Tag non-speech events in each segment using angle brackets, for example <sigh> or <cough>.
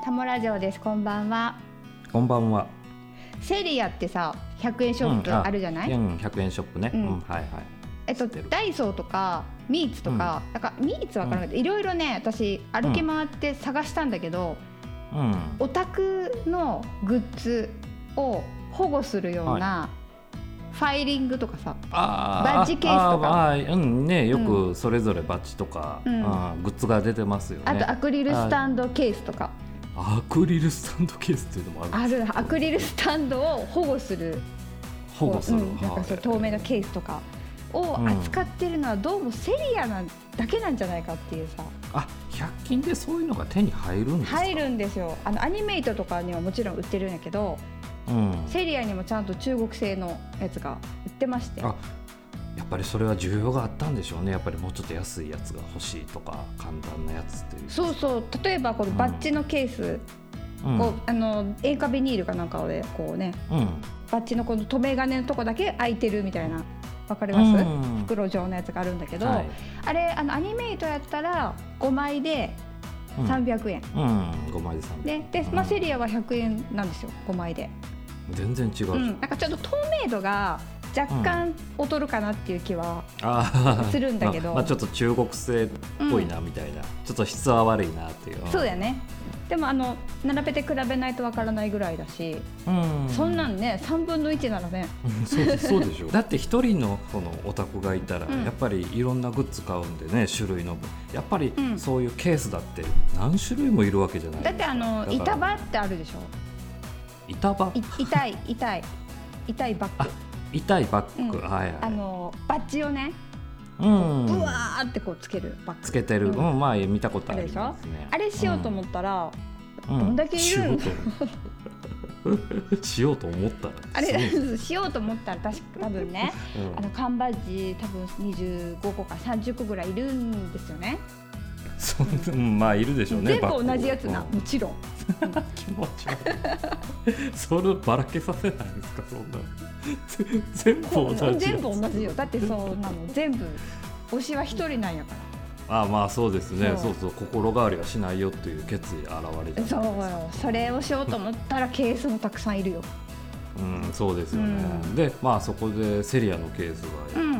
タモラジオですこんばんはこんばんは。セリアってさ100円ショップうんあるじゃない、うん、100円ショップね。ううんん、はいはい。えっと知ってるダイソーとかミーツとか、なんかミーツわからないけどいろいろね私歩き回って探したんだけど、うん。オタクのグッズを保護するようなファイリングとかさ、あバッジケースとかああーうんね、ようくそれぞれバッジとか、ううんん、グッズが出てますよね。あとアクリルスタンドケースとかアクリルスタンドケースっていうのもある。あるアクリルスタンドを保護する保護する。うんなんかそうはい透明なケースとかを扱ってるのはどうもセリアなだけなんじゃないかっていうさあ、100均でそういうのが手に入るんですか。入るんですよあのアニメイトとかにはもちろん売ってるんやけどうん。セリアにもちゃんと中国製のやつが売ってましてあやっぱりそれは需要があったんでしょうね。やっぱりもうちょっと安いやつが欲しいとか、簡単なやつっていう。そうそう例えばこのバッジのケースうん。うを、ん。あの塩化ビニールかなんかでこうねバッジのこの留め金のとこだけ開いてるみたいなわかります、うん袋状のやつがあるんだけど、はい。あれあのアニメイトやったら5枚で300円、うん。うん、五枚で三。ねで、まあ、セリアは100円なんですよ5枚で、全然違う。うん、なんかちょっと透明度が若干劣るかなっていう気は、あーするんだけどまあまあちょっと中国製っぽいなみたいな、ちょっと質は悪いなっていうそうだよねでもあの並べて比べないとわからないぐらいだし、うんそんなんね3分の1ならねうんそうでそうでし <laughs> ょだって一人のこのオタクがいたら、うんやっぱりいろんなグッズ買うんでね種類の分やっぱりうんそういうケースだって何種類もいるわけじゃないだってあのだから板場ってあるでしょ板場い痛い痛い痛いバッグ痛いバッグ、うんはいあはのバッジをねいうんうわーってこうつけるバッグつけてる、ううんんまあ見たことありますねあれしようと思ったら、うどんだけいるんしようと <laughs> しようと思ったらあれす <laughs> ごいしようと思ったら確か多分ねうんあの缶バッジ多分25個か30個ぐらいいるんですよねそんなうんまあいるでしょうね全部同じやつな、バッグもちろん気持ち悪い <laughs> それをばらけさせないんですかそんなぜ全部同じやつ全部同じよだってそうなの全部推しは一人なんやかああまあそうですねそそううそう心変わりはしないよという決意現れらたそうよそれをしようと思ったらケースもたくさんいるようんそうですよね、うんでまあそこでセリアのケースが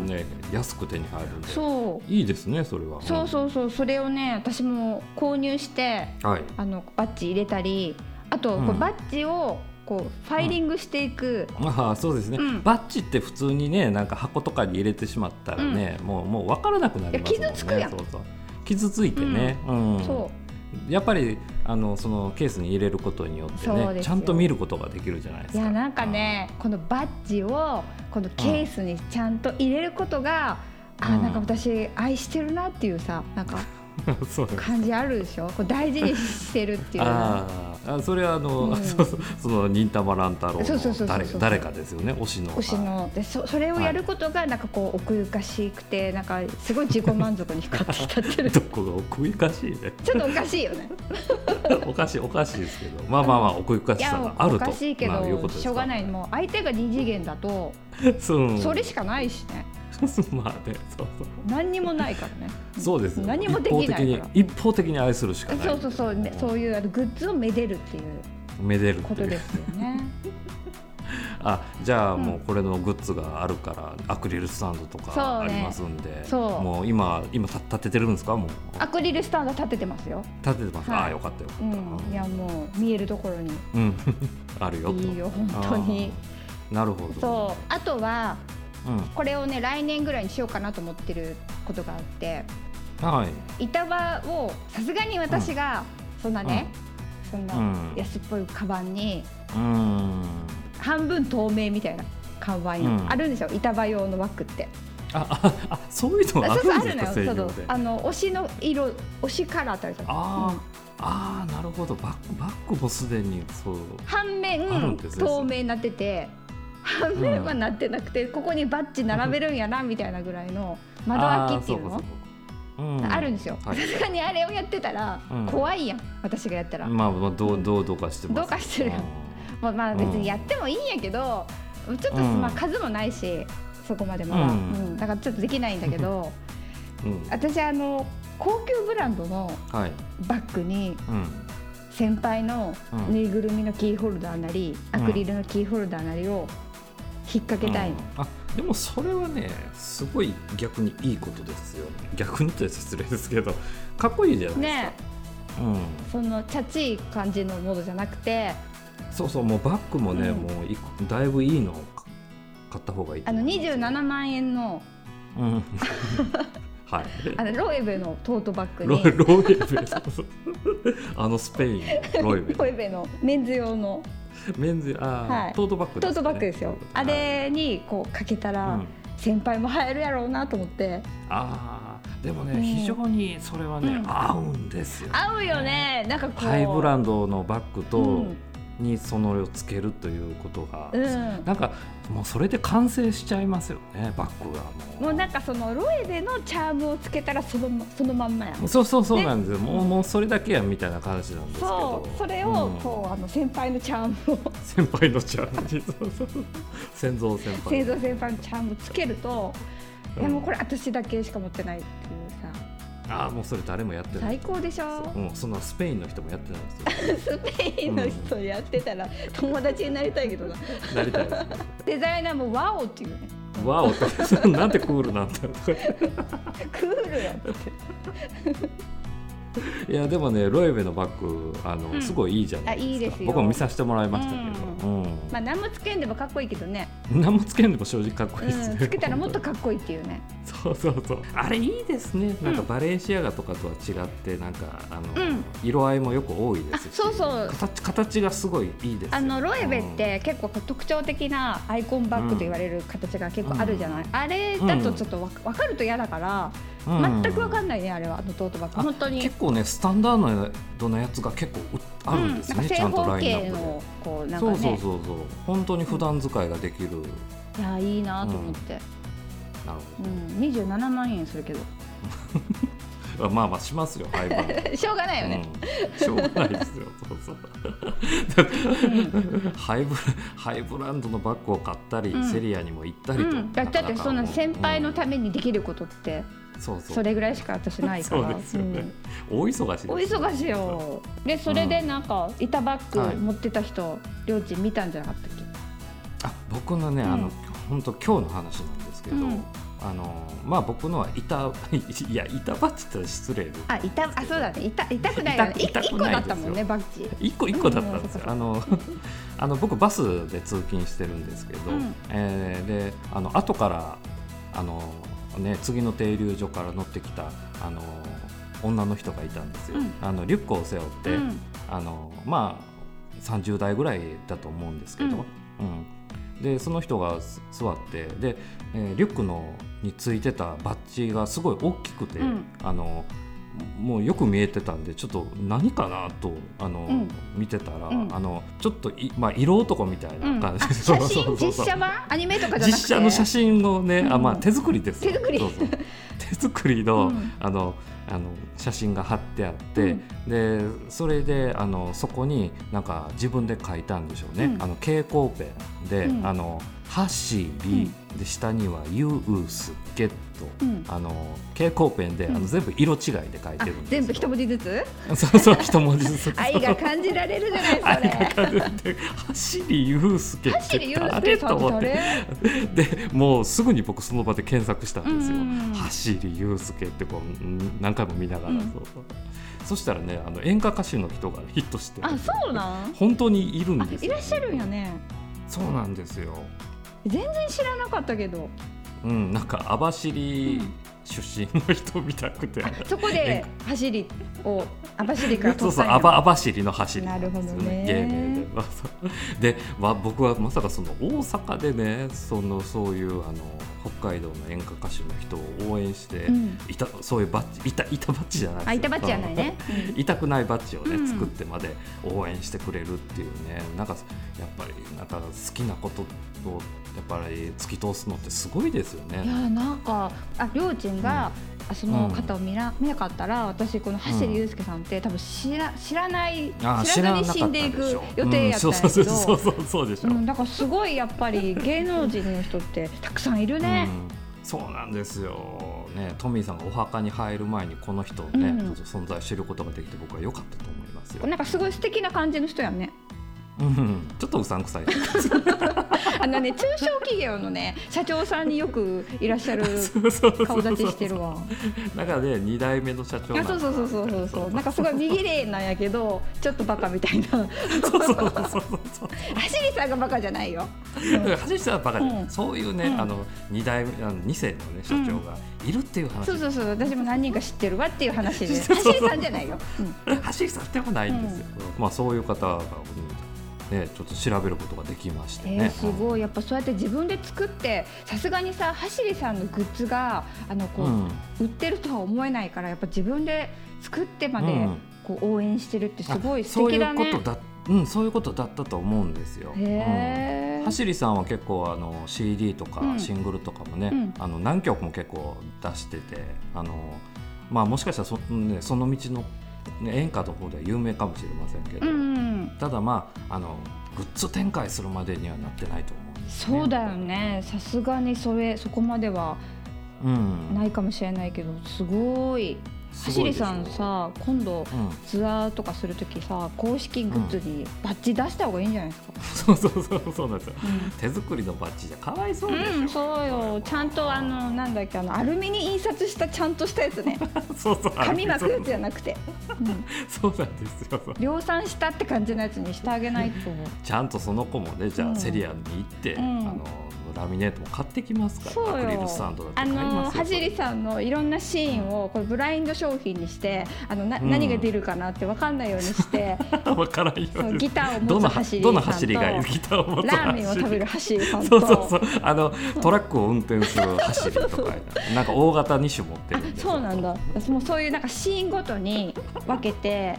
ね、安く手に入るんでそういいですねそれはそうそうそうそれをね私も購入してうんはいあのバッジ入れたりあと、うんこうバッジをこうファイリングしていく、 <laughs> ああそうですね、うんバッジって普通にねなんか箱とかに入れてしまったらね、もうもう分からなくなりますもんいやね傷つくやんそうそう傷ついてね、うんそやっぱりあのそのケースに入れることによってそうでねすちよゃんと見ることができるじゃないですういか。やなんかねこのバッジをこのケースにちゃんと入れることが、あうんなんか私愛してるなっていうさなんかうん。 <laughs> そうです感じあるでしょこれ大事にしてるっていうあーあそれはあの、うん <laughs> そうそうその忍たま乱太郎そうそうそうそうの誰誰かですよね推しの推しはいのでそそれをやることがなんかこう奥ゆかしくてなんかすごい自己満足に光ってきた <laughs> ってるち <laughs> どこが奥ゆかしいね <laughs> ょっとおかしいよねおかしいおかしいですけどまあまあまあ奥ゆかいしさやがあおるとかしいけど、まあいうことですしょうがないもう相手が二次元だと <laughs> そうそれしかないしね <laughs> まあねそうそう何にもないからねそうですよ何もできないから一方的に一方的に愛するしかないそうそうそう、ね、そういうあのグッズをめでるっていうめでるこってといでうすよねあじゃあうんもうこれのグッズがあるから、アクリルスタンドとそかうあねりますんでそうもう今今立立ててるんですかもうアクリルスタンド立ててますよ立ててます、はいああよかったよかうっんいたやもう見えるところにうん、 <laughs> うん、あるよといいよ本当にあーなるほどそうあとはう、ん、これをね来年ぐらいにしようかなと思ってることがあってはい板場をさすがに私がそんなね、そんうなん安っぽいカバンにうん半分透明みたいな看板うよ、んあるんですよ板場用のバッグってあああそういうのがあそうそうるあんでるすのかよそ専用うそでうあの推しの色推しカラーってあるじゃんあー、あーなるほどバックバックもすでにそう半あるん面ですね透明になってて半面はなってなくて、ここにバッジ並べるんやなみたいなぐらいの窓開きっていうのあーそうかそうかうんあるんですよ <laughs> はいさすがにあれをやってたらうん怖いやん、私がやったら、まあまあどうどうどうかしてますどうかしてるよまあ、まあ別にやってもいいんやけど、ちょっとうんまあ数もないしそこまでまだ、ううんんだからちょっとできないんだけ <laughs> どうんうん私あの高級ブランドのはいバッグにうん先輩のうんぬいぐるみのキーホルダーなり、うんアクリルのキーホルダーなりを引っ掛けたいの、うんあでもそれはねすごい逆にいいことですよ逆にって失礼ですけどかっこいいじゃないですか、ねうん、そのチャチい感じのものじゃなくてそうそうもうバッグもね、うんもういだいぶいいのを買った方がいいとあの思いますよ27万円のうんはいあのロエベのトートバッグロにロイベ <laughs> あのスペインのロイベロエベのメンズ用のメンズあー、はいトートバッグトートバッグですよ、あれにこうかけたはいらうん先輩も映えるやろうなと思ってあーでもね、うん非常にそれはね、うん合うんですよ合うよねなんかこうハイブランンドのバッグと、うんにそのをつけるということが、うんなんかもうそれで完成しちゃいますよねバッグがもうもうなんかそのロエベのチャームをつけたらそのまそのまんまやそうそうそうなんですよ、もうもうそれだけやみたいな感じなんですけそどうそれをうんこう、あの先輩のチャームを先輩のチャームに <laughs> そうそうそう先蔵先輩製造先輩のチャームをつけると、うんいやもうこれ私だけしか持ってないっていうさああもうそれ誰もやってない最高でし <laughs> ょうん、そんなスペインの人もやってないですよスペインの人やってたら友達になりたいけどななりたいですねデザイナーもワオっていうねわおって <laughs> なんてクールなんだろうクールやっていやでもねロエベのバッグあの、うんすごいいいじゃないですかあいいですよ僕も見させてもらいましたけど、うんまあ何もつけんでもかっこいいけどね、何もつけんでも正直かっこう <laughs> いいですね、ん、つけたらもっとかっこいいっていうね <laughs> そうそうそうあれいいですねなんかうんバレンシアガとかとは違ってなんかあの、うん色合いもよく多いですしあそうそう形形がすごいいいですよあのロエベって結構特徴的なアイコンバッグと言われる形が結構あるじゃない、あれだとちょっとわ分かると嫌だから、うん、全く分かんいないねあれはあのトートバッグあ本当に結構ねスタンダードなやつが結構うあるんですね、うちゃんとなんかライ正方形ンナップでのこうなんかそうねそうそうそう本当に普段使いができる、いやいいなと思って、なるうん27万円するけど <laughs> ほどあまあまあしますよ廃盤しょうがないよね、うん、しょうがないですよそうそうだってうんハイブラハイブランドのバッグを買ったり、うんセリアにも行ったうりと、ん、だだってそんな先輩のため、めにできることってうんそうそうそれぐらいしか私ないからそうですよねうん大忙しですお忙しいよでそれでなんか板バッはいグ持ってた人りょうちん見たんじゃなかったっけあ僕のね、うんあの本当今日の話なんですけど、うんあのまあ僕のは板 <laughs> いや板バッジって言ったら失礼であ痛あそうだね痛痛くないよねい痛く一痛個くないですだよったもんねバッジ一個一個だったんですよ。うんあの <laughs> あの僕バスで通勤してるんですけど、うんえーであの後からあのね次の停留所から乗ってきたあの女の人がいたんですよ。うんあのリュックを背負って、うんあのまあ30代ぐらいだと思うんですけど、うんうんでその人がす座ってで、えーリュックのについてたバッジがすごい大きくて、うんあのもうよく見えてたんでちょっと何かなとあの、うん見てたら、うんあのちょっとい、まあ、色男みたいな感じで、写 <laughs> そうそ真うそう実そう写版アニメとかじゃなくて実写の写真のね、あまあうん手作りですよ手作りそうそう手作りの,、うんあのあの写真が貼ってあって、でそれであのそこになんか自分で書いたんでしょうね、うんあの蛍光ペンで、うんあのハッシービーで下にはユースゲット、うんあの蛍光ペンで、あうのん全部色違いで書いてあるんですよ全部一文字ずつ <laughs> そうそう一文字ずつ愛が感じられるじゃない <laughs> あれそれが書いてあって走りユースケって走り言うて誰と思ってでもうすぐに僕その場で検索したんですようんうんうん「走りゆうすけ」ってこううん何回も見ながら、うんそうそうそしたらねあの演歌歌手の人がヒットしてあそうなん本当にいるんあですいよらっしゃるんやねそうなんですよ全然知らなかったけどうんなんか網走出身の人みたくて、 <laughs> あそこで走りを網走からそ取うっそたうんや網走りの走りなるほどね芸名でまあそうで、 <laughs> まあ、僕はまさかその大阪でねそのそういうあの北海道の演歌歌手の人を応援して、うんいたそういうバッジいたいたバッジじゃないですあ板バッジじゃないねうん痛くないバッジをね、うん作ってまで応援してくれるっていうねなんかやっぱりなんか好きなことをやっぱり突き通すのってすごいですよいやね。ーなんかありょうちんが、あその方を見ら見なかったら私この橋里祐介さんって多分知ら知らないあー知らずに死んでいく知らなかった予でしょ定やったんやうん、そけうそうどそうそうそうでしうょ、んだからすごいやっぱり芸能人の人ってたくさんいるね。うん、そうなんですよ、ね、トミーさんがお墓に入る前にこの人を、ねうん存在してることができて僕は良かったと思いますですよ。なんかすごい素敵な感じの人やんねうん、ちょっとうさんくさい。あのね中小企業のね社長さんによくいらっしゃ <laughs> るそう <laughs> そうそ <laughs> う顔立ちしてるわ中で二代目の社長あそうそうそうそうそうそうなんかすごい美綺麗なんやけどちょっとバカみたいな <laughs> <laughs> そうそうそうそうそう。走りさんがバカじゃないよ、だから橋下はバカで、うんそういうね、うんあの二代目あの二世のね社長がいるっていう話。そうそうそう私も何人か知ってるわっていう話で <laughs> そう走そうりさんじゃないよ、うん橋下ではないんですよ。まあそういう方がうんねちょっと調べることができましてえね。ー、すごいやっぱそうやって自分で作ってさすがにさ走りさんのグッズがあのこう、うん売ってるとは思えないからやっぱ自分で作ってまで、うんこう応援してるってすごいあ素敵だそういねう。ことだ、うん、そういうことだったと思うんですよ。うんへーはしりさんは結構あの CD とうかんシングルとかもね、うんあの何曲も結構出しててあの、まあ、もしかしたらそ,、ね、その道の、ね、演歌の方では有名かもしれませんけど、うんうん、ただまああのグッズ展開するまでにはなってないと思うんです、そうだよねさすがにそれそこまではうん、ないかもしれないけどすごいはすしごりいでしょさん、さ今度うん、ツアーとかするときさ公式グッズにバッジ出した方がいいんじゃないですか、そうそうそうそうなんですよ手作りのバッジじゃかわいそうでしょ、うん、そうよ。ちゃんとあのなんだっけあのアルミに印刷したちゃんとしたやつ <laughs> ね。そうそう紙巻くやつじゃなくて、うん、そうなんですよそう量産したって感じのやつにしてあげないと。ちゃんとその子もねじゃうあんセリアに行って、うんあのラミネートも買ってきますからそうアクリよルスタンドだってあ買いのますよは <laughs> じりさんのいろんなシーンをこれブラインド商品にしてあのなうん何が出るかなって分かんないように <laughs> して、分からんよそううにギターをど持つの走りさんとどの走りがいいギターを持つラーメンを食べる走り走りさんと <laughs> そうそうそうあのトラックを運転する走りとかなんか大型2種持ってるんでそうなんだ私もうそういうなんかシーンごとに分けて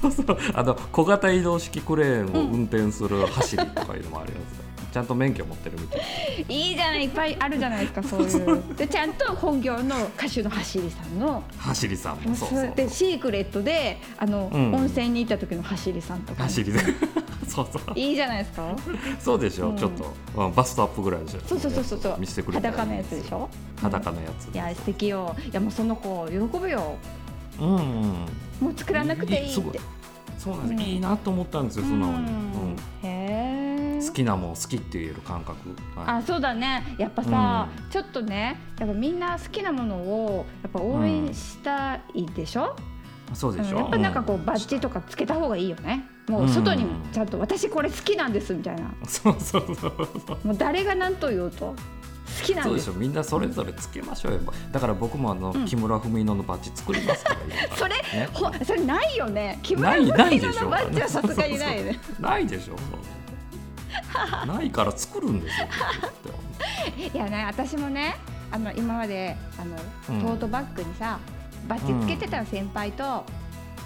そうそうあの小型移動式クレーンを運転する走りとかいうのもあるやつだ、ちゃんと免許持ってるみたいいいじゃないいっぱいあるじゃないです <laughs> かそういうでちゃんと本業の歌手の走りさんのな走りさんもそうそそううでシークレットであの、うん温泉に行った時の走りさんとか走りで <laughs> そうそういいじゃないですかそうでしょ、うんちょっと、うんバストアップぐらいでしょそうそうそうそうそう見せてくれたら裸のやつでしょ裸のやついや素敵よいやもうその子喜ぶようんうんもう作らなくていいすっごてそうなんです、うんいいなと思ったんですよう素直に、うんんへえ好きなもん好きって言える感覚はいあそうだねやっぱさ、ちょっとねやっぱみんな好きなものをやっぱ応援したいでしょ、そうでしょ、やっぱなんかこううバッジとかつけた方がいいよねもう外にちゃんと「私これ好きなんです」みたいなそうそうそうそうもう誰が何と言おうと好きなそんうでですしょみんなそれぞれつけましょうよだから僕もあの、うん木村文乃のバッジ作りますから今からそれね <laughs> ほそれないよね木な村いな文いで乃しのょバッジはさすがにない <laughs> よね <laughs> ないでしょそうないから作る <laughs> んですよだっていやね私もねあの今まであのうんトートバッグにさ、バッジつけてたの先輩と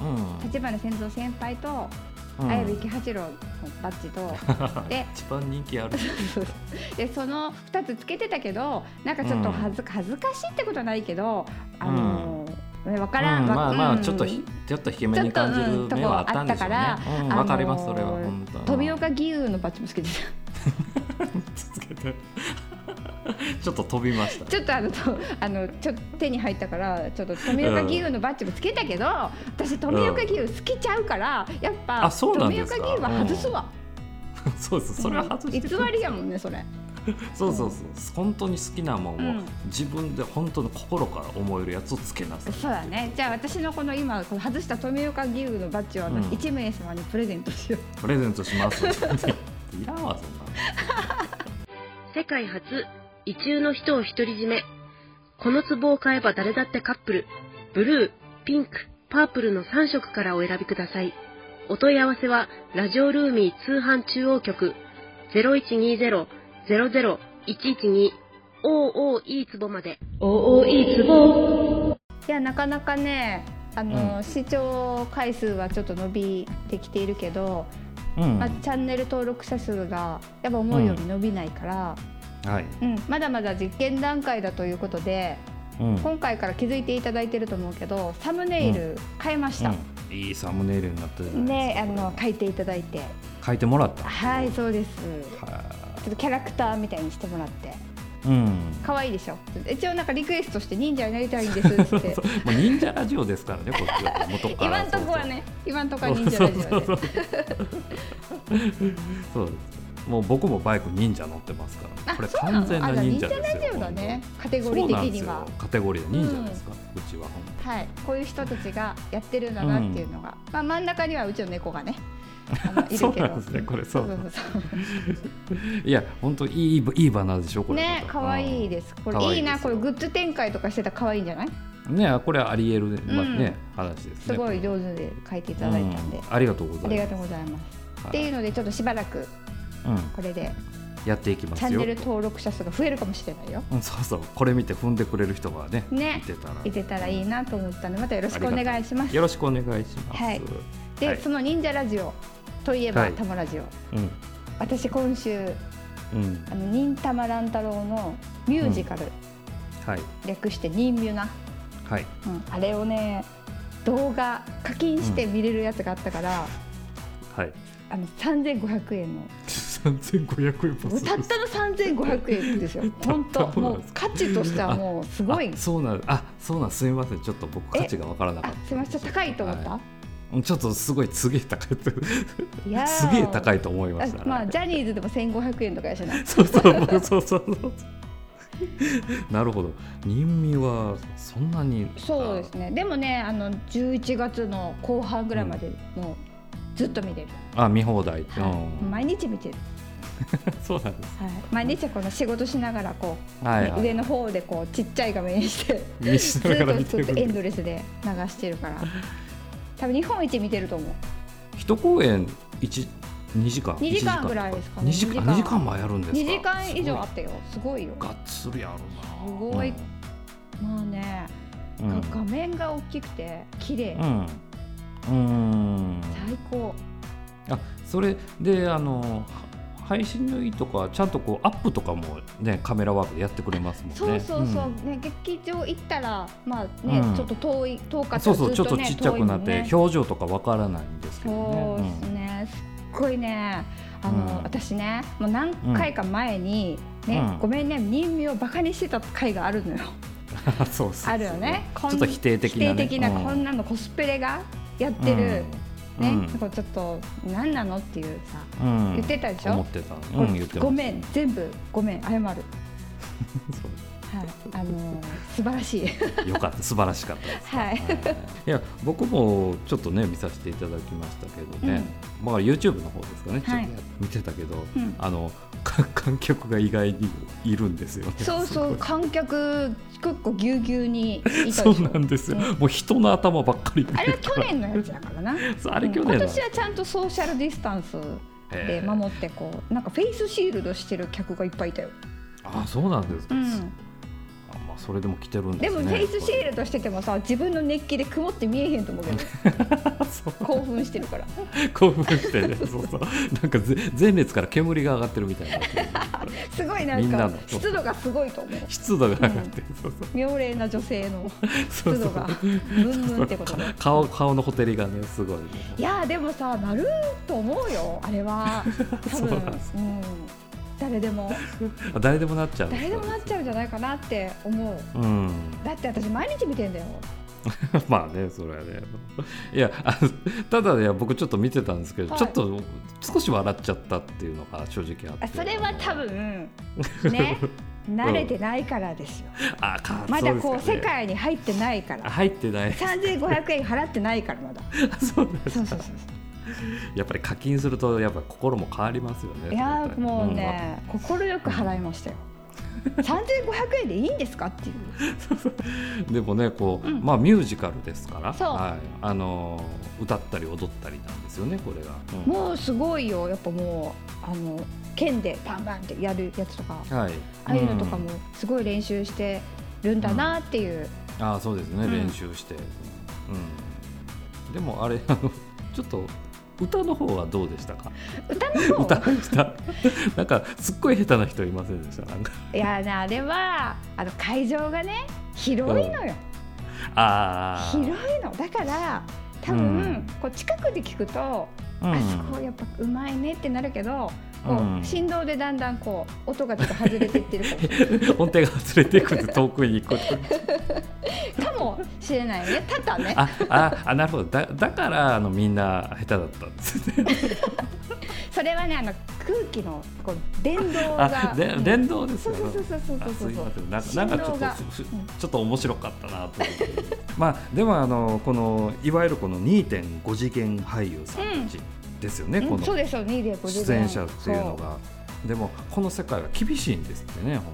うん立花仙三先輩とうん綾部喜八郎のバッジとで一番人気ある <laughs> でその2つつけてたけどなんかちょっと恥ず恥ずかしいってことはないけどあの、ね分からん、うん、わまあまあうんちょっとひ、ちょっと低めに感じちょっとうるんとこ目はあったんでしょうねあったからうんあのーわ、かりますそれは本当富岡義勇のバッジもつけてた <laughs> つけて <laughs> ちょっと飛びましたちょっとあのとあのちょっと手に入ったからちょっと富岡義勇のバッジもつけたけど、私富岡義勇好きちゃうからやっぱあそうなん富です岡か義勇は外すわ、 <laughs> そうそうそれは外して偽りやもんねそれそうそうそう本当に好きなもんを、うん自分で本当の心から思えるやつをつけなさいそうだねじゃあ私のこの今この外した富岡義勇のバッジをあのうん1名様にプレゼントしよう、プレゼントします <laughs> いらんわそんなの世界初、異中の人を独り占め。この壺を買えば誰だってカップル。ブルー、ピンク、パープルの3色からお選びください。お問い合わせは、ラジオルーミー通販中央局0120-00112 OOE 壺まで。OOE 壺いやなかなかねあの、視聴回数はちょっと伸びてきているけど、うんまあ、チャンネル登録者数がやっぱ思うように伸びないから、はい、うんまだまだ実験段階だということでうん今回から気づいていただいてると思うけどサムネイル変えました、うんいいサムネイルになったじゃないねですあかのこれ書いていただいて書いてもらったはいそうですはちょっとキャラクターみたいにしてもらって <laughs> うん可愛いでしょ一応なんかリクエストして忍者になりたいんですって言ってそうまあ、忍者ラジオですからね、こっちは元から。今んとこはね今んとこはそう忍者そう。ラジそオうでそうそうそうです。もう僕もバイク忍者乗ってますから、あこれそうな完の全なあじゃあ忍忍者者でラすよ。ジオだねカテ本当ゴに。リー的そうなんですにはよ。カテゴリーで忍者ですから、うちは本はい、こういう人たちがやってるんだなっていうのが、まあ、真ん中にはうちの猫がねあのいる当けに。ど <laughs> そうなんですね、これそそううそうそういや、本当いい、いいバナーでしょこれ。ねまた可愛いですこれ可愛いですいいなこれよグッズ展開とかしてたら可愛いんじゃないうんね、これありえる、まあ、うんね、話ですね。すごいこ上手で書いていれただいたんで、うんありがとうごあざりいがまとうございます、す。っていうのでちょっとしばらくはいこれでうん、やっていきますチよ。ャンネル登録者数が増えるかもしれないようんそうそうこれ見て踏んでくれる人がねねいてたらいてたらいいなと思ったのでまたよろしくお願いしますよろしくお願いします、はいで、はいその忍者ラジオといえば、はいタモラジオうん私今週うんあの忍たま乱太郎のミュージカル、はい略して忍ミュな、はいうん、あれをね動画課金して見れるやつがあったから、 <laughs> はいあの3500円の三千五百円たもったの3500円ですよた本当そうなんもうです価値としてはもうすごいあそうなんあそうなんすみませんちょっと僕え価値がわからなかあったすみません高いと思った、はうんちょっとすごいすげえ高いといやーすげえ高いと思いましたあまあジゃャニーズでも1500円とかやしなそうそう僕そうそうそう <laughs> なるほど人味はそんなにそうですねでもねあの11月の後半ぐらいまでもうずっと見れる、あ見放題、はいうん毎日見てる、 <laughs> そうなんですはい、毎日この仕事しながらこう、はいはい上の方でこうちっちゃい画面に <laughs> して見しずながらっ見とてずっるとエンドレスで流してるから多分日本一見てると思う一公演一二時間二時間ぐらいですかね二時二間時間二時間もやるんですか2時間以上あったよすごいよすごいがっつりやるなすごいまあね、うがん画面が大きくて綺麗、うんうん最高あそれであのは配信のいいとかちゃんとこうアップとかもねカメラワークでやってくれますもんねそうそうそう、んね劇場行ったらまあね、うんちょっと遠い遠かったそうらそうちずょっとねちっちゃく遠なっいもんてね表情とかわからないんですけどそうねですね、すっごいねあの、うん私ねもう何回か前に、ねうんごめんね任命をバカにしてた回があるのよ、うん <laughs> そうそうそうあるよねちょっと否定的否な定ね的なうんこんなのコスプレがやってる、うんね、うんこうちょっと何なのっていうさ、うん言ってたでしょ思ってたこうれん言ってましたごめん全部ごめん <laughs> 謝る、はい、そうあの素晴らし <laughs> いよかった素晴らしかったです。はいいや僕もちょっとね見させていただきましたけどね、まあ YouTube の方ですかね、はいちょっと見てたけど、うんあのか観客が意外にいるんですよね。そうすそごうい観客結構ぎゅうぎゅうにいたでしそょうなんですよ、うんもう人の頭ばっかり見あてれはる去から年のやつだからな <laughs> そうあれ去うん年な今んです年はちゃんとソーシャルディスタンスでへえ守ってこうなんかフェイスシールドしてる客がいっぱいいたよ、あそうなんですうか、ん、あまあ、それでも来てるんでですもねフェイスシールドしててもさ自分の熱気で曇って見えへんと思うけどそう興奮してる <laughs> から興奮してねそうそうなんかぜ前列から煙が上がってるみたいなすごいなみんんなかの湿度がすごいと思う湿度が上がってる、そうそう妙齢な女性の <laughs> 湿そうそ度うがムンムンってことね顔顔のほてりがねすごい、ね、いやーでもさなると思うよあれ <laughs> は多そう分なんですうん、誰でもあ誰でもなっちゃうんですか誰でもなっちゃうんじゃないかなって思ううん <laughs> だって私毎日見てんだよまあねそれはねいやあのただね僕ちょっと見てたんですけど、はいちょっと少し笑っちゃったっていうのが正直あってあそれは多分 <laughs> ね慣れてないからですよ、あかまだこうそで世すかね界に入ってないかあら入ってない3500円払ってないからまだ <laughs> そうなんです <laughs> そうそうそうやっぱり課金するとやっぱ心も変わりますよねいやーもう、それはね快く払いましたよ3500円でいいんですかっていううんでもねこう、うんまあミュージカルですからそうはい、あのー歌ったり踊ったりなんですよねこれが、うんもうすごいよやっぱもうあの剣でバンバンってやるやつとかはい、ああいうのとかもすごい練習してるんだなっていう、ああそうですね、うん練習して、うん、でもあれあのちょっと歌の方はどうでし <laughs> たか歌の方歌でしたなんかすっごい下手な人いませんでしたなんかいやねあれはあの会場がね広いのよ、ああ広いのだから多分、うんこう近くで聞くと、うんあそこやっぱうまいねってなるけどこうんう振動でだんだんこう音がちょっと外れていってるかもしれない音程が外れていくと遠くに行くことかもしれない <laughs> ね。ただね、あああなるほどだだからあのみんな下手だったんですねそれはね、あの空気のこの電動があ、でうん電動ですそようねそうそうそうあそうすそういそうませんなんかなんかちょっ振動がとふふうんちょっと面白かったなと思ってまあでもあのこのいわゆるこの2.5次元俳優さんたちですよね、うんこそうのですよ、2 5出演者っていうのがでもこの世界は厳しいんですってね本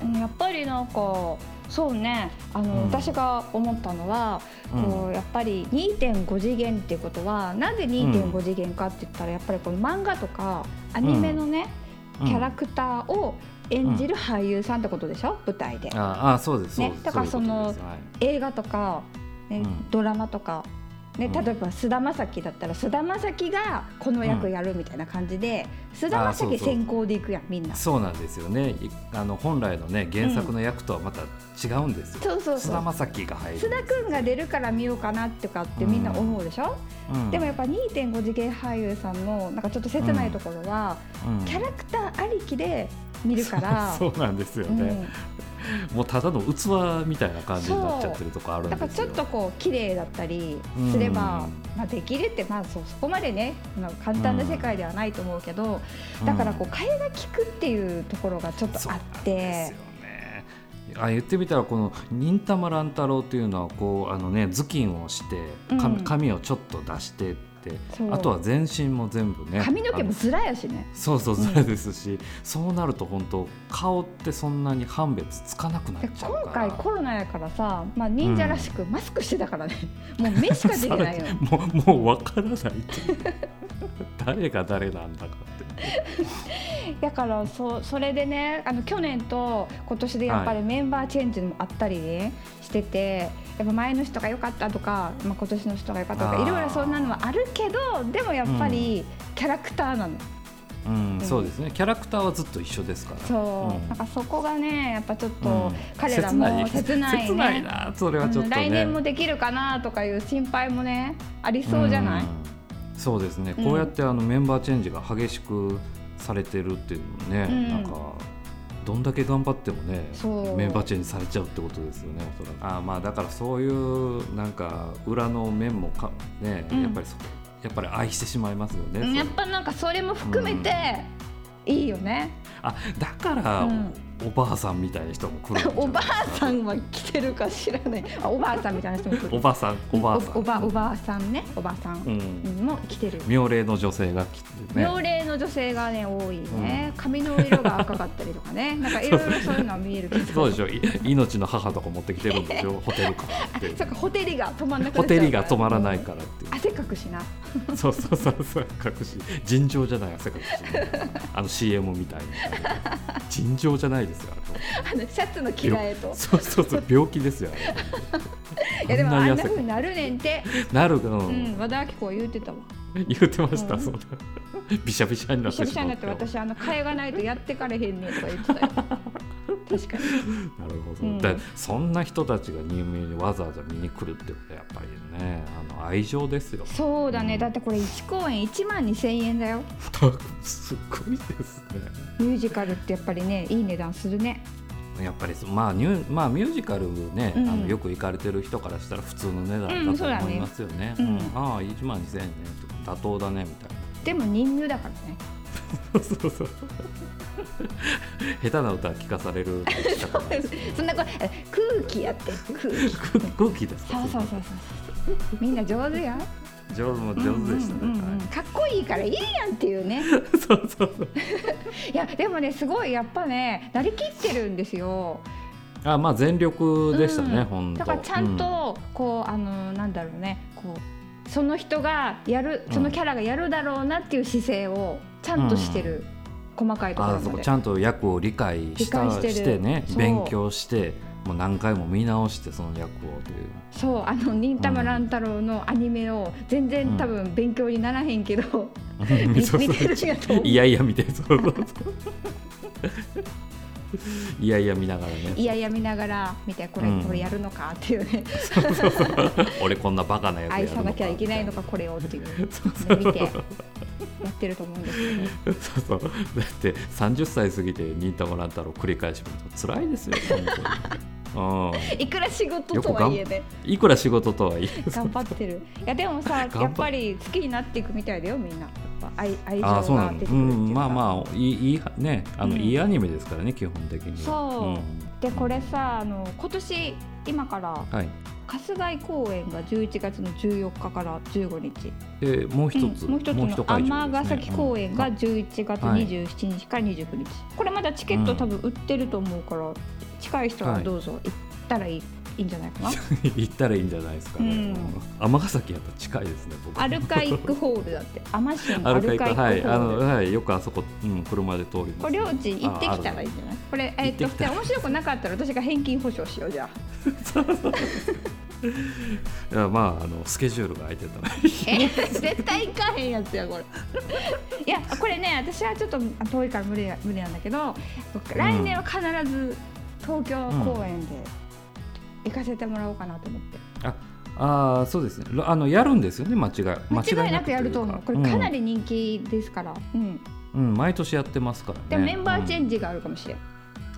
当うんやっぱりなんかそうねあの、うん私が思ったのは、に、うんこうやっぱり2.5次元っていうことはなぜ2.5次元かって言ったらやっぱりこの漫画とかアニメのね、キャラクターを演じる俳優さんってことでしょ、舞台でうんああそうですそうねです、だからういうことです映画とか、ねうんドラマとか、ね、うん例えば菅田将暉だったら菅田将暉がこの役やるみたいな感じで菅田将あーそう暉そう先行でいくやんみんな。そそうなんですよねいあの本来のね原作の役とはまた違うんですよ、うそうそ菅う田将暉が入る須田くんが出るから見ようかなとかってみんな思うでしょ、うんでもやっぱ2.5次元俳優さんのなんかちょっと切ないところは、うんキャラクターありきで見るから。 <laughs> そうそうなんですようんね、もうただの器みたいな感じになっちゃってるとこあるだんでからすちょよっとこう綺麗だったりすれば、うんまあ、できるって、まあ、そうそこまでねまあ簡単な世界ではないと思うけど、だからこう替えが利くっていうところがちょっとそうあなっんですてよねあ言ってみたらこの忍たま乱太郎っていうのはこうあのね頭巾をしてかうん髪をちょっと出してって、そうあとは全身も全部ね髪の毛もあずらやしねそうそううんそうですし、そうなると本当顔ってそんなに判別つかなくなっでちゃうから今回コロナやからさ、まあ、忍者らしくマスクしてた <laughs> からね、もう目しか出てないよもうもう分からないっていう <laughs> 誰が誰なんだかってだからそそれでねあの去年と今年でやっぱりメンバーチェンジもあったりねしててやっぱ前の人が良かったとか、まあ、今年の人が良かったとあかーいろいろそんなのはあるけどでもやっぱりキャラクターなの、うん、うんそうですねキャラクターはずっと一緒ですからそう、うんなんかそこがねやっぱちょっうとん彼らも切ないね、切ないなそれはちょっとね、うん来年もできるかなとかいう心配もねありそうじゃない、うんそうですね、うんこうやってあのメンバーチェンジが激しくされてるっていうのね、うんなんかどんだけ頑張ってもねそうメンバーチェンジされちゃうってことですよねおそらくあーまあだからそういうなんか裏の面もかね、うんやっぱりそやっぱり愛してしまいますよね、うんそれやっぱなんかそれも含めて、いいよね。あだから、うんおおばあさんみたいな人も来るんじゃないおばあさんは来てるか知らない。あおばあさんみたいな人も来る。おばさんおばあさんおばおばあさんね。おばあさうんん、も来てる。妙齢の女性が来てね妙齢の女性がね多いね。髪の色が赤かったりとか <laughs> ね。なんかいろいろそういうのは見えるけど。そうでしょい命の母とか持ってきてるんでしょ <laughs> ホテルからってあそっかホテリが止まらなくなっちゃホうからテルが止まらないからってい汗かくしな。うそうそうそうそう隠し尋常じゃない汗かくしあの CM みたいに尋常じゃないですよあれあのシャツの着替えと。そうそうそう病気ですよあれいやでもこあんんななに汗風になるねんて。なるの、うん和田アキ子は言ってたわ。言ってました、うんそんなびしゃびしゃになびっしゃてびししゃにまうなって私あの替えがないとやってかれへんねんとか言ってたよ。 <laughs> 確かに。なるほど、うんだそんな人たちが入名にわざわざ見に来るってことはやっぱりねあの愛情ですよそうだね、うんだってこれ1公演1万2000円だよすごいですねミュージカルってやっぱりねいい値段するねやっぱりそまあニューまあミュージカルね、うんあのよく行かれてる人からしたら普通の値う段んだそうだとね思いますよね。うんうんああ1万2000円ね妥当だねみたいでも人魚だからねな。そうそう。下手な歌聞かされるって言ってたから。 <laughs> <laughs> そんなこれえ空気やって空気空空気ですそか。うそうそうそうそうみんな上手や上手も上手でしたね。うんうんうんうんかっこいいからいいやんっていうねはいそうそうそう。いやでもねすごいやっぱねなりきってるんですよあまあ全力でしたうねん本当。だからちゃんとこう、あのなんだろうねこうその人がやるそのキャラがやるだろうなっていう姿勢をちゃんとしてる、細かいうん。ところあまそうでちゃんと役を理解した理解してるしてねそう勉強してもう何回も見直してその役をという。そうあの忍たま乱太郎のアニメを全うん然多分勉強にならへんけど、見そうそ見うてるんやと思ういやいや見てそうそうそういやいや見ながらいねやいや見ながら見てこれ、うんこれやるのかっていうね俺こんなバカなやつや愛るのさかなきゃいけないのかこれをっていうそう見てやってると思うんですけど。そうそうだって30歳過ぎて忍たま乱太郎繰り返し見ると辛いですよ本当にいくら仕事とはいえねうんいくら仕事とはいえ頑張ってるいやでもさ張っやっぱり好きになっていくみたいだよみんなやっぱ愛愛情ああそうがな出のてうくるっていんうかまあまあいいいいねあの、うんいいアニメですからね基本的にはそうんでこれさあの今年今からはい春日井公演が11月の14日から15日、でもう一つ、うんもう一つの会場尼ですね崎公演がうん11月27日から29日、これまだチケット多分売ってると思うから、近い人はどうぞ行ったらいい,、い、いんじゃないかな <laughs> 行ったらいいんじゃないですかね、うんうん尼崎やっぱ近いですね僕アルカイックホールだって尼市のアアルルカカイッイカクホはいあーのルはいよくあそこ、うん、車で通りますこれ領地行ってきたらいいんじゃないこれ、えっと行ってきたら面白くなかったら私が返金保証しようじゃあいやまああのスケジュールが空いてたら <laughs> え <laughs> 絶対行かへんやつやこれ <laughs> いやこれね私はちょっと遠いから無理や無理なんだけど来年は必ず東京公演で行かせてもらおうかなと思って、ああそうですねらあのやるんですよね間違い間違いなくやると思うこれかなり、り人気ですから、うんうんうん毎年やってますからねでもメンバーチェンジ、ジがあるかもしれん、うん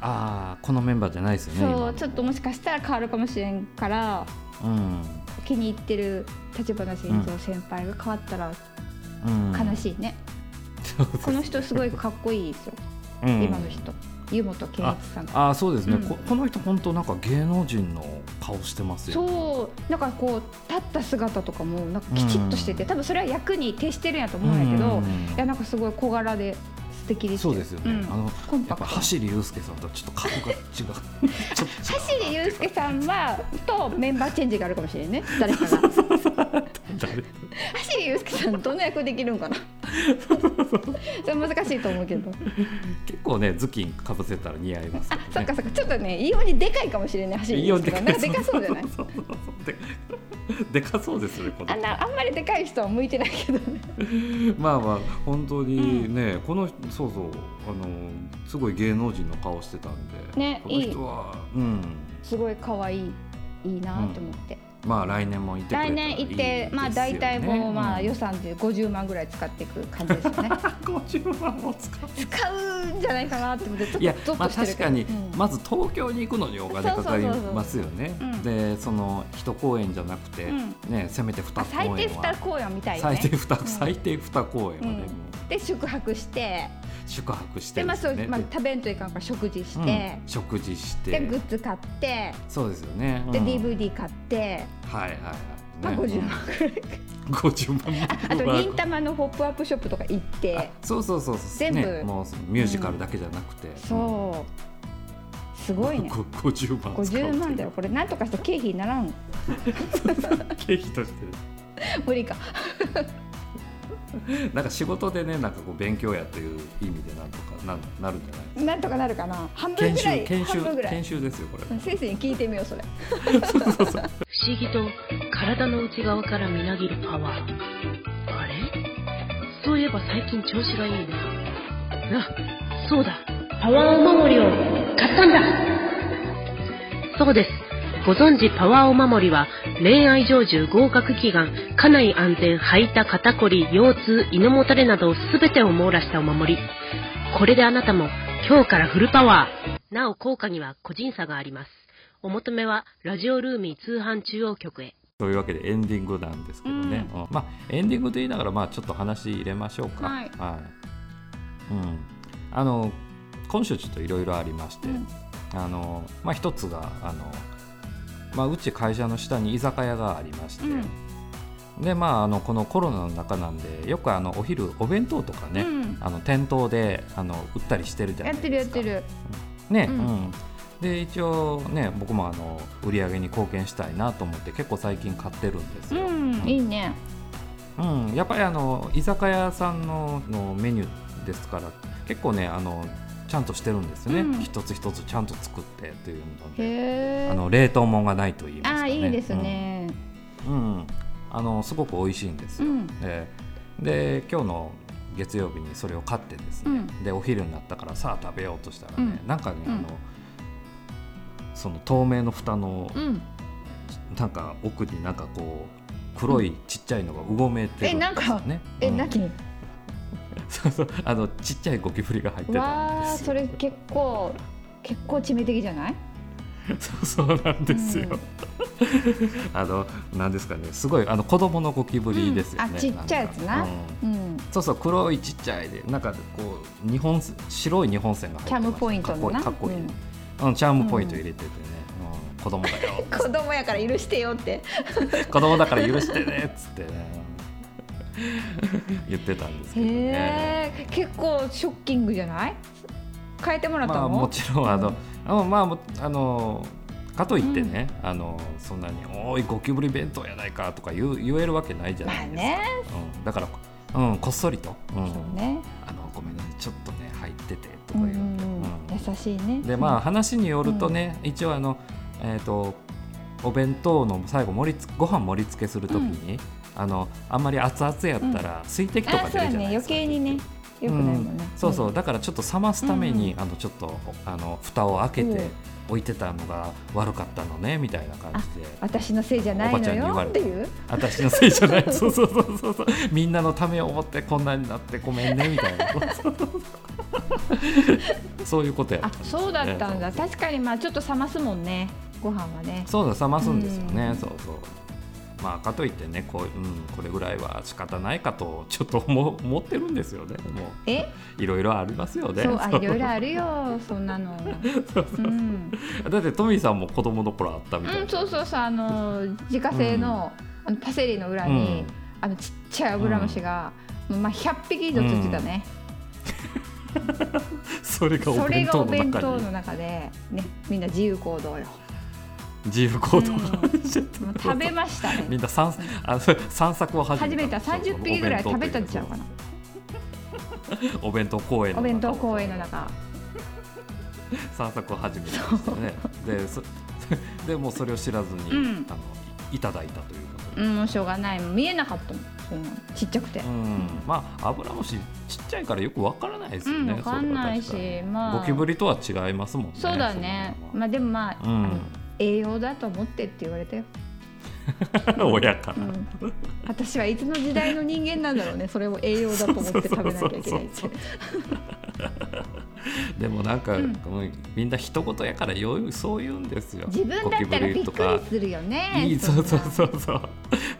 ああこのメンバーじゃないですよねそう今ちょっともしかしたら変わるかもしれんからうん、気に入ってる立花慎三先輩が変わったらうん、 <laughs> 悲しいね、この人すごいかっこいいですよ、うん今の人湯本健一さんああそうですね、うんここの人本当なんか芸能人の顔してますよねそうなんかこう立った姿とかもなんかきちっとしてて、多分それは役に徹してるんやと思うんやけど、うんいやなんかすごい小柄で素敵でしたそうですよね、うんあのコンやパっぱクト走り祐介さんとはちょっと顔が違うちょっと違う走りゆうすけさんはとメンバーチェンジがあるかもしれんね誰かが走誰りゆうすけさんどの役できるんかなそれ難しいと思うけど、結構ね頭巾かぶせたら似合いますけあどねそっかそっかちょっとね異様にでかいかもしれんね走りゆうすけさんなんかでかそうじゃ <laughs> ないそうそうそうででかそうですよねこのあんなあんまりでかい人は向いてないけどねまあまあ本当にね、この人そうそうあのすごい芸能人の顔してたんでねこの人はうんすごい可愛いいいなと思って、まあ来年もいてくれたら来いい年行ってまあですよね大体もうまあん予算で50万ぐらい使っていく感じですよ <laughs> ね50万も使う使うんじゃないかなって思ってちょっといやゾ、ッまあ、としてる確けかどに、うんまず東京に行くのにお金かかりそうそうそうそうますよねうんでその一公演じゃなくて、うんねせめて二あ公演最は低2公演は見たいよ最ね低二うん最低二公演はね、うんもうで宿泊して宿泊してでまあそうですねまあで食べんといかんから食事しうんて、食事してでグッズ買ってそうですよね、でうん DVD 買って、はいはいはい、まあ50万ぐらい五十万もあと忍たまのポップアップショップとか行ってあそうそうそうそう全部ね、もうそのミュージカルだけじゃなくて、そうすごいねご50万使うっていう50万だよこれなんとかして経費にならん <laughs> 経費として無理かなんか仕事でね、なんかこう勉強やという意味でなんとかなんなるんじゃない。なんとかなるかな半分研ぐら修い研半分修ぐらい研修ですよこれ。うん先生に聞いてみようそれ不思議と体の内側からみなぎるパワーあれそういえば最近調子がいいなあそうだパワーお守りを買ったんだそうですご存知パワーお守りは恋愛成就合格祈願家内安全吐いた肩こり腰痛胃のもたれなど全てを網羅したお守りこれであなたも今日からフルパワーなお効果には個人差がありますお求めはラジオルーミー通販中央局へというわけでエンディングなんですけどね。うんまあエンディングと言いながらまあちょっと話入れましょうか。はいうん。あの今週ちょっといろいろありまして、うんあのまあ一つがあのまあうち会社の下に居酒屋がありまして。うんでまあ、あのこのコロナの中なんでよくあのお昼お弁当とかね、うんあの店頭であの売ったりしてるじゃなやいっですかてるやってるね、ううんんで一応ね僕もあの売り上げに貢献したいなと思って結構最近買ってるんですうよ、んいいねうんやっぱりあの居酒屋さんののメニューですから結構ねあのちゃんとしてるんですね、うん一つ一つちゃんと作ってっていうのでへあーの冷凍もんがないと言いますあかーねいいですねうん、うんあのすごく美味しいんですうよ、んでで今日の月曜日にそれを買ってですね、うんでお昼になったからさあ食べようとしたらね、うなんかね、うんあのその透明の蓋のうんなんか奥になんかこう黒いちっちゃいのがうごめいてるんですよね。えうんなきそうそうあのちっちゃいゴキブリが入ってたんわあですよそれ結構結構致命的じゃない <laughs> そうそうなんですよ、うんあのなんですかねすごいあの子供のゴキブリですよね、うんあちっちゃいやつなんかうんうんそうそう黒いちっちゃいでなんかこう日本白い日本線が入ってチャームポイントのなかっこいいかっこいい、うんうん、チャームポイント入れててね、うん子供だよ子供やから許してよって子供だから許してねっつってね言ってたんですけへどね。え結構ショッキングじゃない変えてもらったまあの、もちろんあの、あまあもあのかといってね、あのそんなに「おいゴキブリ弁当やないか」とか言う言えるわけないじゃまなあいですか、ねうん、だから、うん、こっそりと「うんそうねあのごめんなさいちょっとね入ってて」とうかん言ううて、んうんうん優しいねでまあ話によるとね、一応あのえっ、とお弁当の最後盛りつご飯盛り付けするときに、あのあんまり熱々やったら水滴とあかそう出るやじゃねないで余すか。計にね良くないもんね、うんそうそううだからちょっと冷ますために、うあのちょっとあの蓋を開けうてん置いてたのが悪かったのねみたいな感じで。私のせいじゃないのおばちゃんに言わよれったていう私のせいじゃない <laughs> そうそうそうそうそうみんなのためを思ってこんなになってごめんねみた <laughs> いなそうそうそうそういうことやったんあですよねそうだったんだそうそう確かにまあちょっと冷ますもんねご飯はねそうだ冷ますんですよね、うんそうそうまあかといってねこう、うん、これぐらいは仕方ないかとちょっと思 <laughs> 思ってるんですよねもえういろいろありますよねそうあいろいろあるるよそんなの、そうそううんだってトミーさんも子供の頃あったみたいな、うん、そうそうそうあの自家製の,、あのパセリの裏うんに、あのちっちゃいアブラムシが、まあ100匹以上ついてたね、それがおそれ弁が当おの弁中当にの中でねみんな自由行動よ自由行動がしちゃっもうた食べました <laughs> みねんな散あそう散策を始初めめたたんですよ30匹ぐらいそ食のべお弁た当んといちゃううかな <laughs> お弁当公園おの中弁当公園の中散策を始めたんですよねでそ <laughs> でもうそれを知らずに、うんあのいただいたということで、うんもうしょうがないもう見えなかったもんそんなのちっちゃくてうんまあアブラムシちっちゃいからよくわからないですうよんね、わかんないそれしは確かにまあゴキブリとは違いますもんねそうだねそんまなあでもまあ、のはあの栄養だと思ってって言われたよ、うん <laughs> 親から、うん、私はいつの時代の人間なんだろうねそれを栄養だと思って食べなきゃいけないっそうそうそうて <laughs> でもなんか、うんもうみんな一言やからよいそう言うんですよ <laughs> 自分だったらびっくりするよねいいんそうなそうそうそう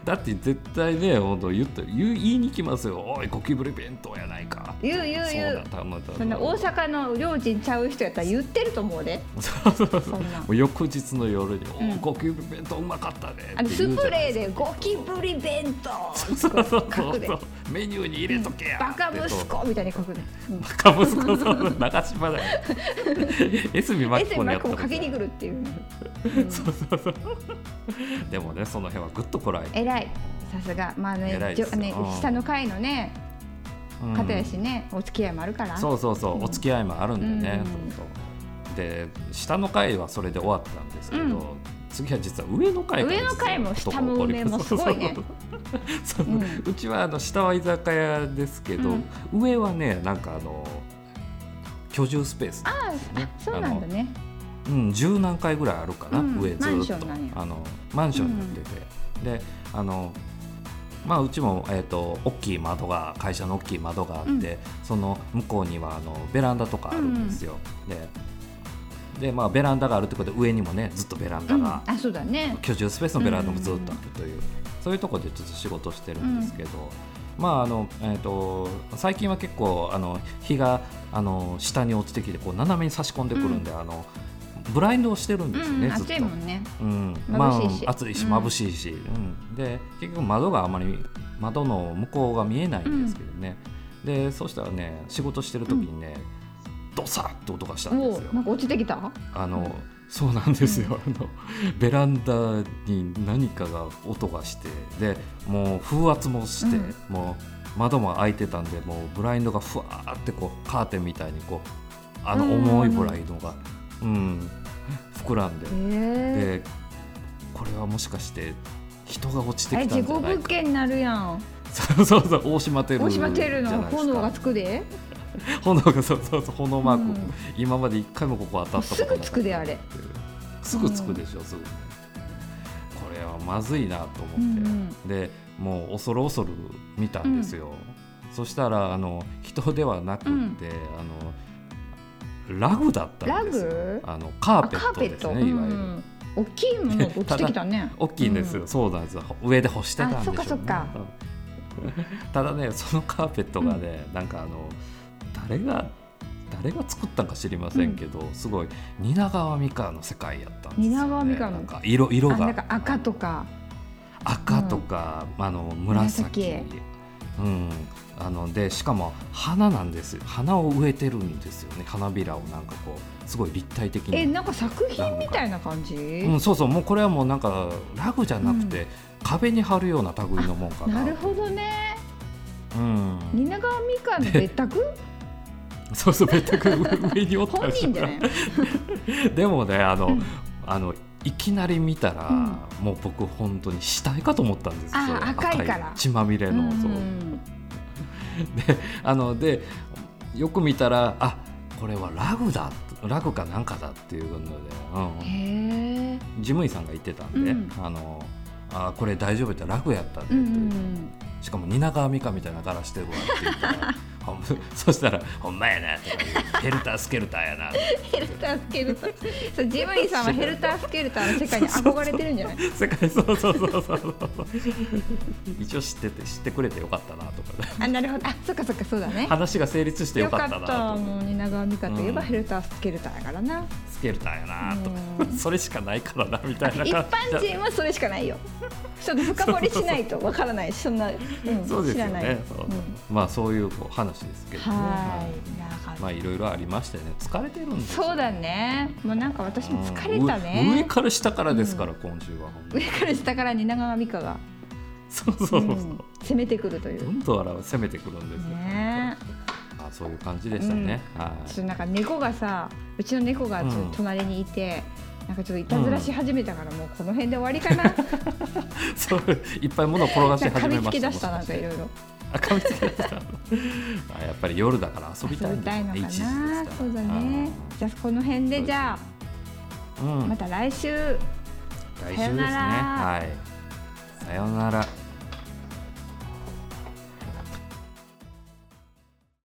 だって絶対ね本当言って言う言いに来ますよ「おいゴキブリ弁当やないか」言う言う言そううだたまたまそんな大阪の領地にちゃう人やったら言ってると思うでそうそうそうそんな <laughs> もう翌日の夜に「うんおいゴキブリ弁当うまかったね」あのって言スうじプゃないレーで「ゴキブリ弁当」そうそうそう書くでそうメニューに入れとけや、バカ息子みたいに書くでバカ息子そうそう長 <laughs> 島だよ江角真エセ紀子にのマやッったクもこかとけに来るっていう、うんそうそうそうでもねその辺はぐっとこらえて偉いさすがまあね偉いじでょすよねうん下の階のねうん方やしね、お付き合いもあるからそうそうそう、うんお付き合いもあるんでね、うんそうそうで下の階はそれで終わったんですけど、うん次は実は上の階から上の階もずっと下も上 <laughs> もすごいねそうそうそううんそううちはあの下は居酒屋ですけど、上はねなんかあの居住スペースあねあそうなんだねうん、10何階ぐらいあるかな、うん上ずっとマンションなのよあのマンションになってて、であのまあうちも、えー、と大きい窓が会社の大きい窓があって、うんその向こうにはあのベランダとかあるんですよ、でで、まあ、ベランダがあるってことで上にもねずっとベランダうんがあ、そうだね居住スペースのベランダもずっとあるという、そういうところでちょっと仕事してるんですけど、まああのえー、と最近は結構あの日があの下に落ちてきてこう斜めに差し込んでくるんで、あのブラインドをしてるんうですよんね、ずっ暑とい。もんねうん眩しいしまあ、暑いしうん眩しいし、うんで結局窓があまり窓の向こうが見えないんですけどね、でそうしたらね仕事してる時にね、ドサッと音がしたんでおすよう。なんか落ちてきたあの、そうなんですよ、あのベランダに何かが音がしてでもう風圧もして、うんもう窓も開いてたんでもうブラインドがふわーってこうカーテンみたいにこうあのうん重いブラインドが、うん、膨らんでへえでこれはもしかして人が落ちてえきた地んじゃ獄ないか物件になるやん <laughs> そうそうそう大島テル大島テルじゃのないですか炎がつくで炎がそうそうそう炎マーク、うん今まで一回もここ当たったことなかったすぐつくであれすぐつくでしょ、すぐねこれはまずいなと思って、うんうんでもう恐る恐る見たんですよ、そしたらあの人ではなくて、うんあのラグだったラんですよグあのカあーペカッートペでッすト、ね、ういわゆる。ん、大きいものが落ちてきたね <laughs> 大きいんですよ、うんそうなんですよ上で干してたんでしょう、ね、あそっかうん <laughs> ただねそのカーペットがね、なんかあの誰が誰が作ったんか知りませんけど、すごい蜷川美香の世界やったんですよ、ね、蜷川美香のなんか色色あがなんか赤とか赤とか、あの紫紫うん、あのでしかも花なんですよ花を植えてるんですよね花びらをなんかこうすごい立体的にえなんか作品みたいな感じ、うん、そうそうもうこれはもうなんかラグじゃなくて、壁に貼るような類のもんかななるほどねうん、蜷川美香の別 <laughs> 宅そうそう別く上におった本りし人じたゃら <laughs> ないでもねあの、うんあのいきなり見たら、もう僕本当に死体かと思ったんですあそれ赤いから血まみれの、そううんあのでよく見たらあこれはラグだラグかなんかだっていうので、うん、へえ事務員さんが言ってたんで、うんあのあこれ大丈夫やったラグやったでってう言んっうて、んしかも蜷川美香みたいな柄してるわって言ったらほん <laughs> そしたら「ほんまやな」とか言う「ヘルタースケルターやな」ヘルタースケルターそうジムイさんはヘルタースケルターの世界に憧れてるんじゃない世界そうそうそうそうそう一応知ってて知ってくれてよかったなとかねあなるほどあそっかそっかそうだね話が成立してよよかかっったなたともう蜷川美香といえばうんヘルタースケルターやからな、スケルターやなとかうんそれしかないからなみたいな一感般じ人はそれしかないよちょっと深掘りしないとわからないしそんな、うん <laughs> そうです知よらないねそう、うんまあそういうこう話ですけどねははいい、なんかまあいろいろありましてね疲れてるんですよそうだね。もうなんか私も疲れたうん上ね。から下からですから、今週はほんま上にから下から蜷川美香が、そうそうそうそう、うん攻めてくるといどう。んどんあら攻めてくるんですよ。ねえあそういう感じでしたね。はちょっとなんか猫がさ、うちの猫がちょっと隣にいて、なんかちょっといたずらし始めたから、もうこの辺で終わりか <laughs> な。い。 <laughs> そういっぱい物を転がしなんか始噛めみまつしきた。出したなんかいろいろ。 <laughs> あ噛みつき出した。あやっぱり夜だから遊びたい遊んびでたすいよのね。かな一時ですからそうだね。じゃあこの辺でじゃうんあ、うんまた来週。来さ週ですよね。ならはい。さようなら。